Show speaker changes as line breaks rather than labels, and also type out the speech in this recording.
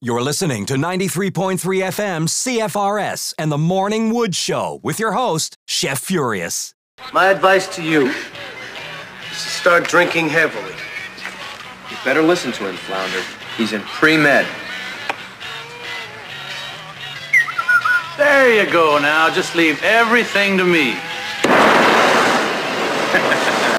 You're listening to 93.3 FM CFRS and the Morning Wood Show with your host, Chef Furious.
My advice to you is to start drinking heavily.
You better listen to him, Flounder. He's in pre-med.
There you go now. Just leave everything to me.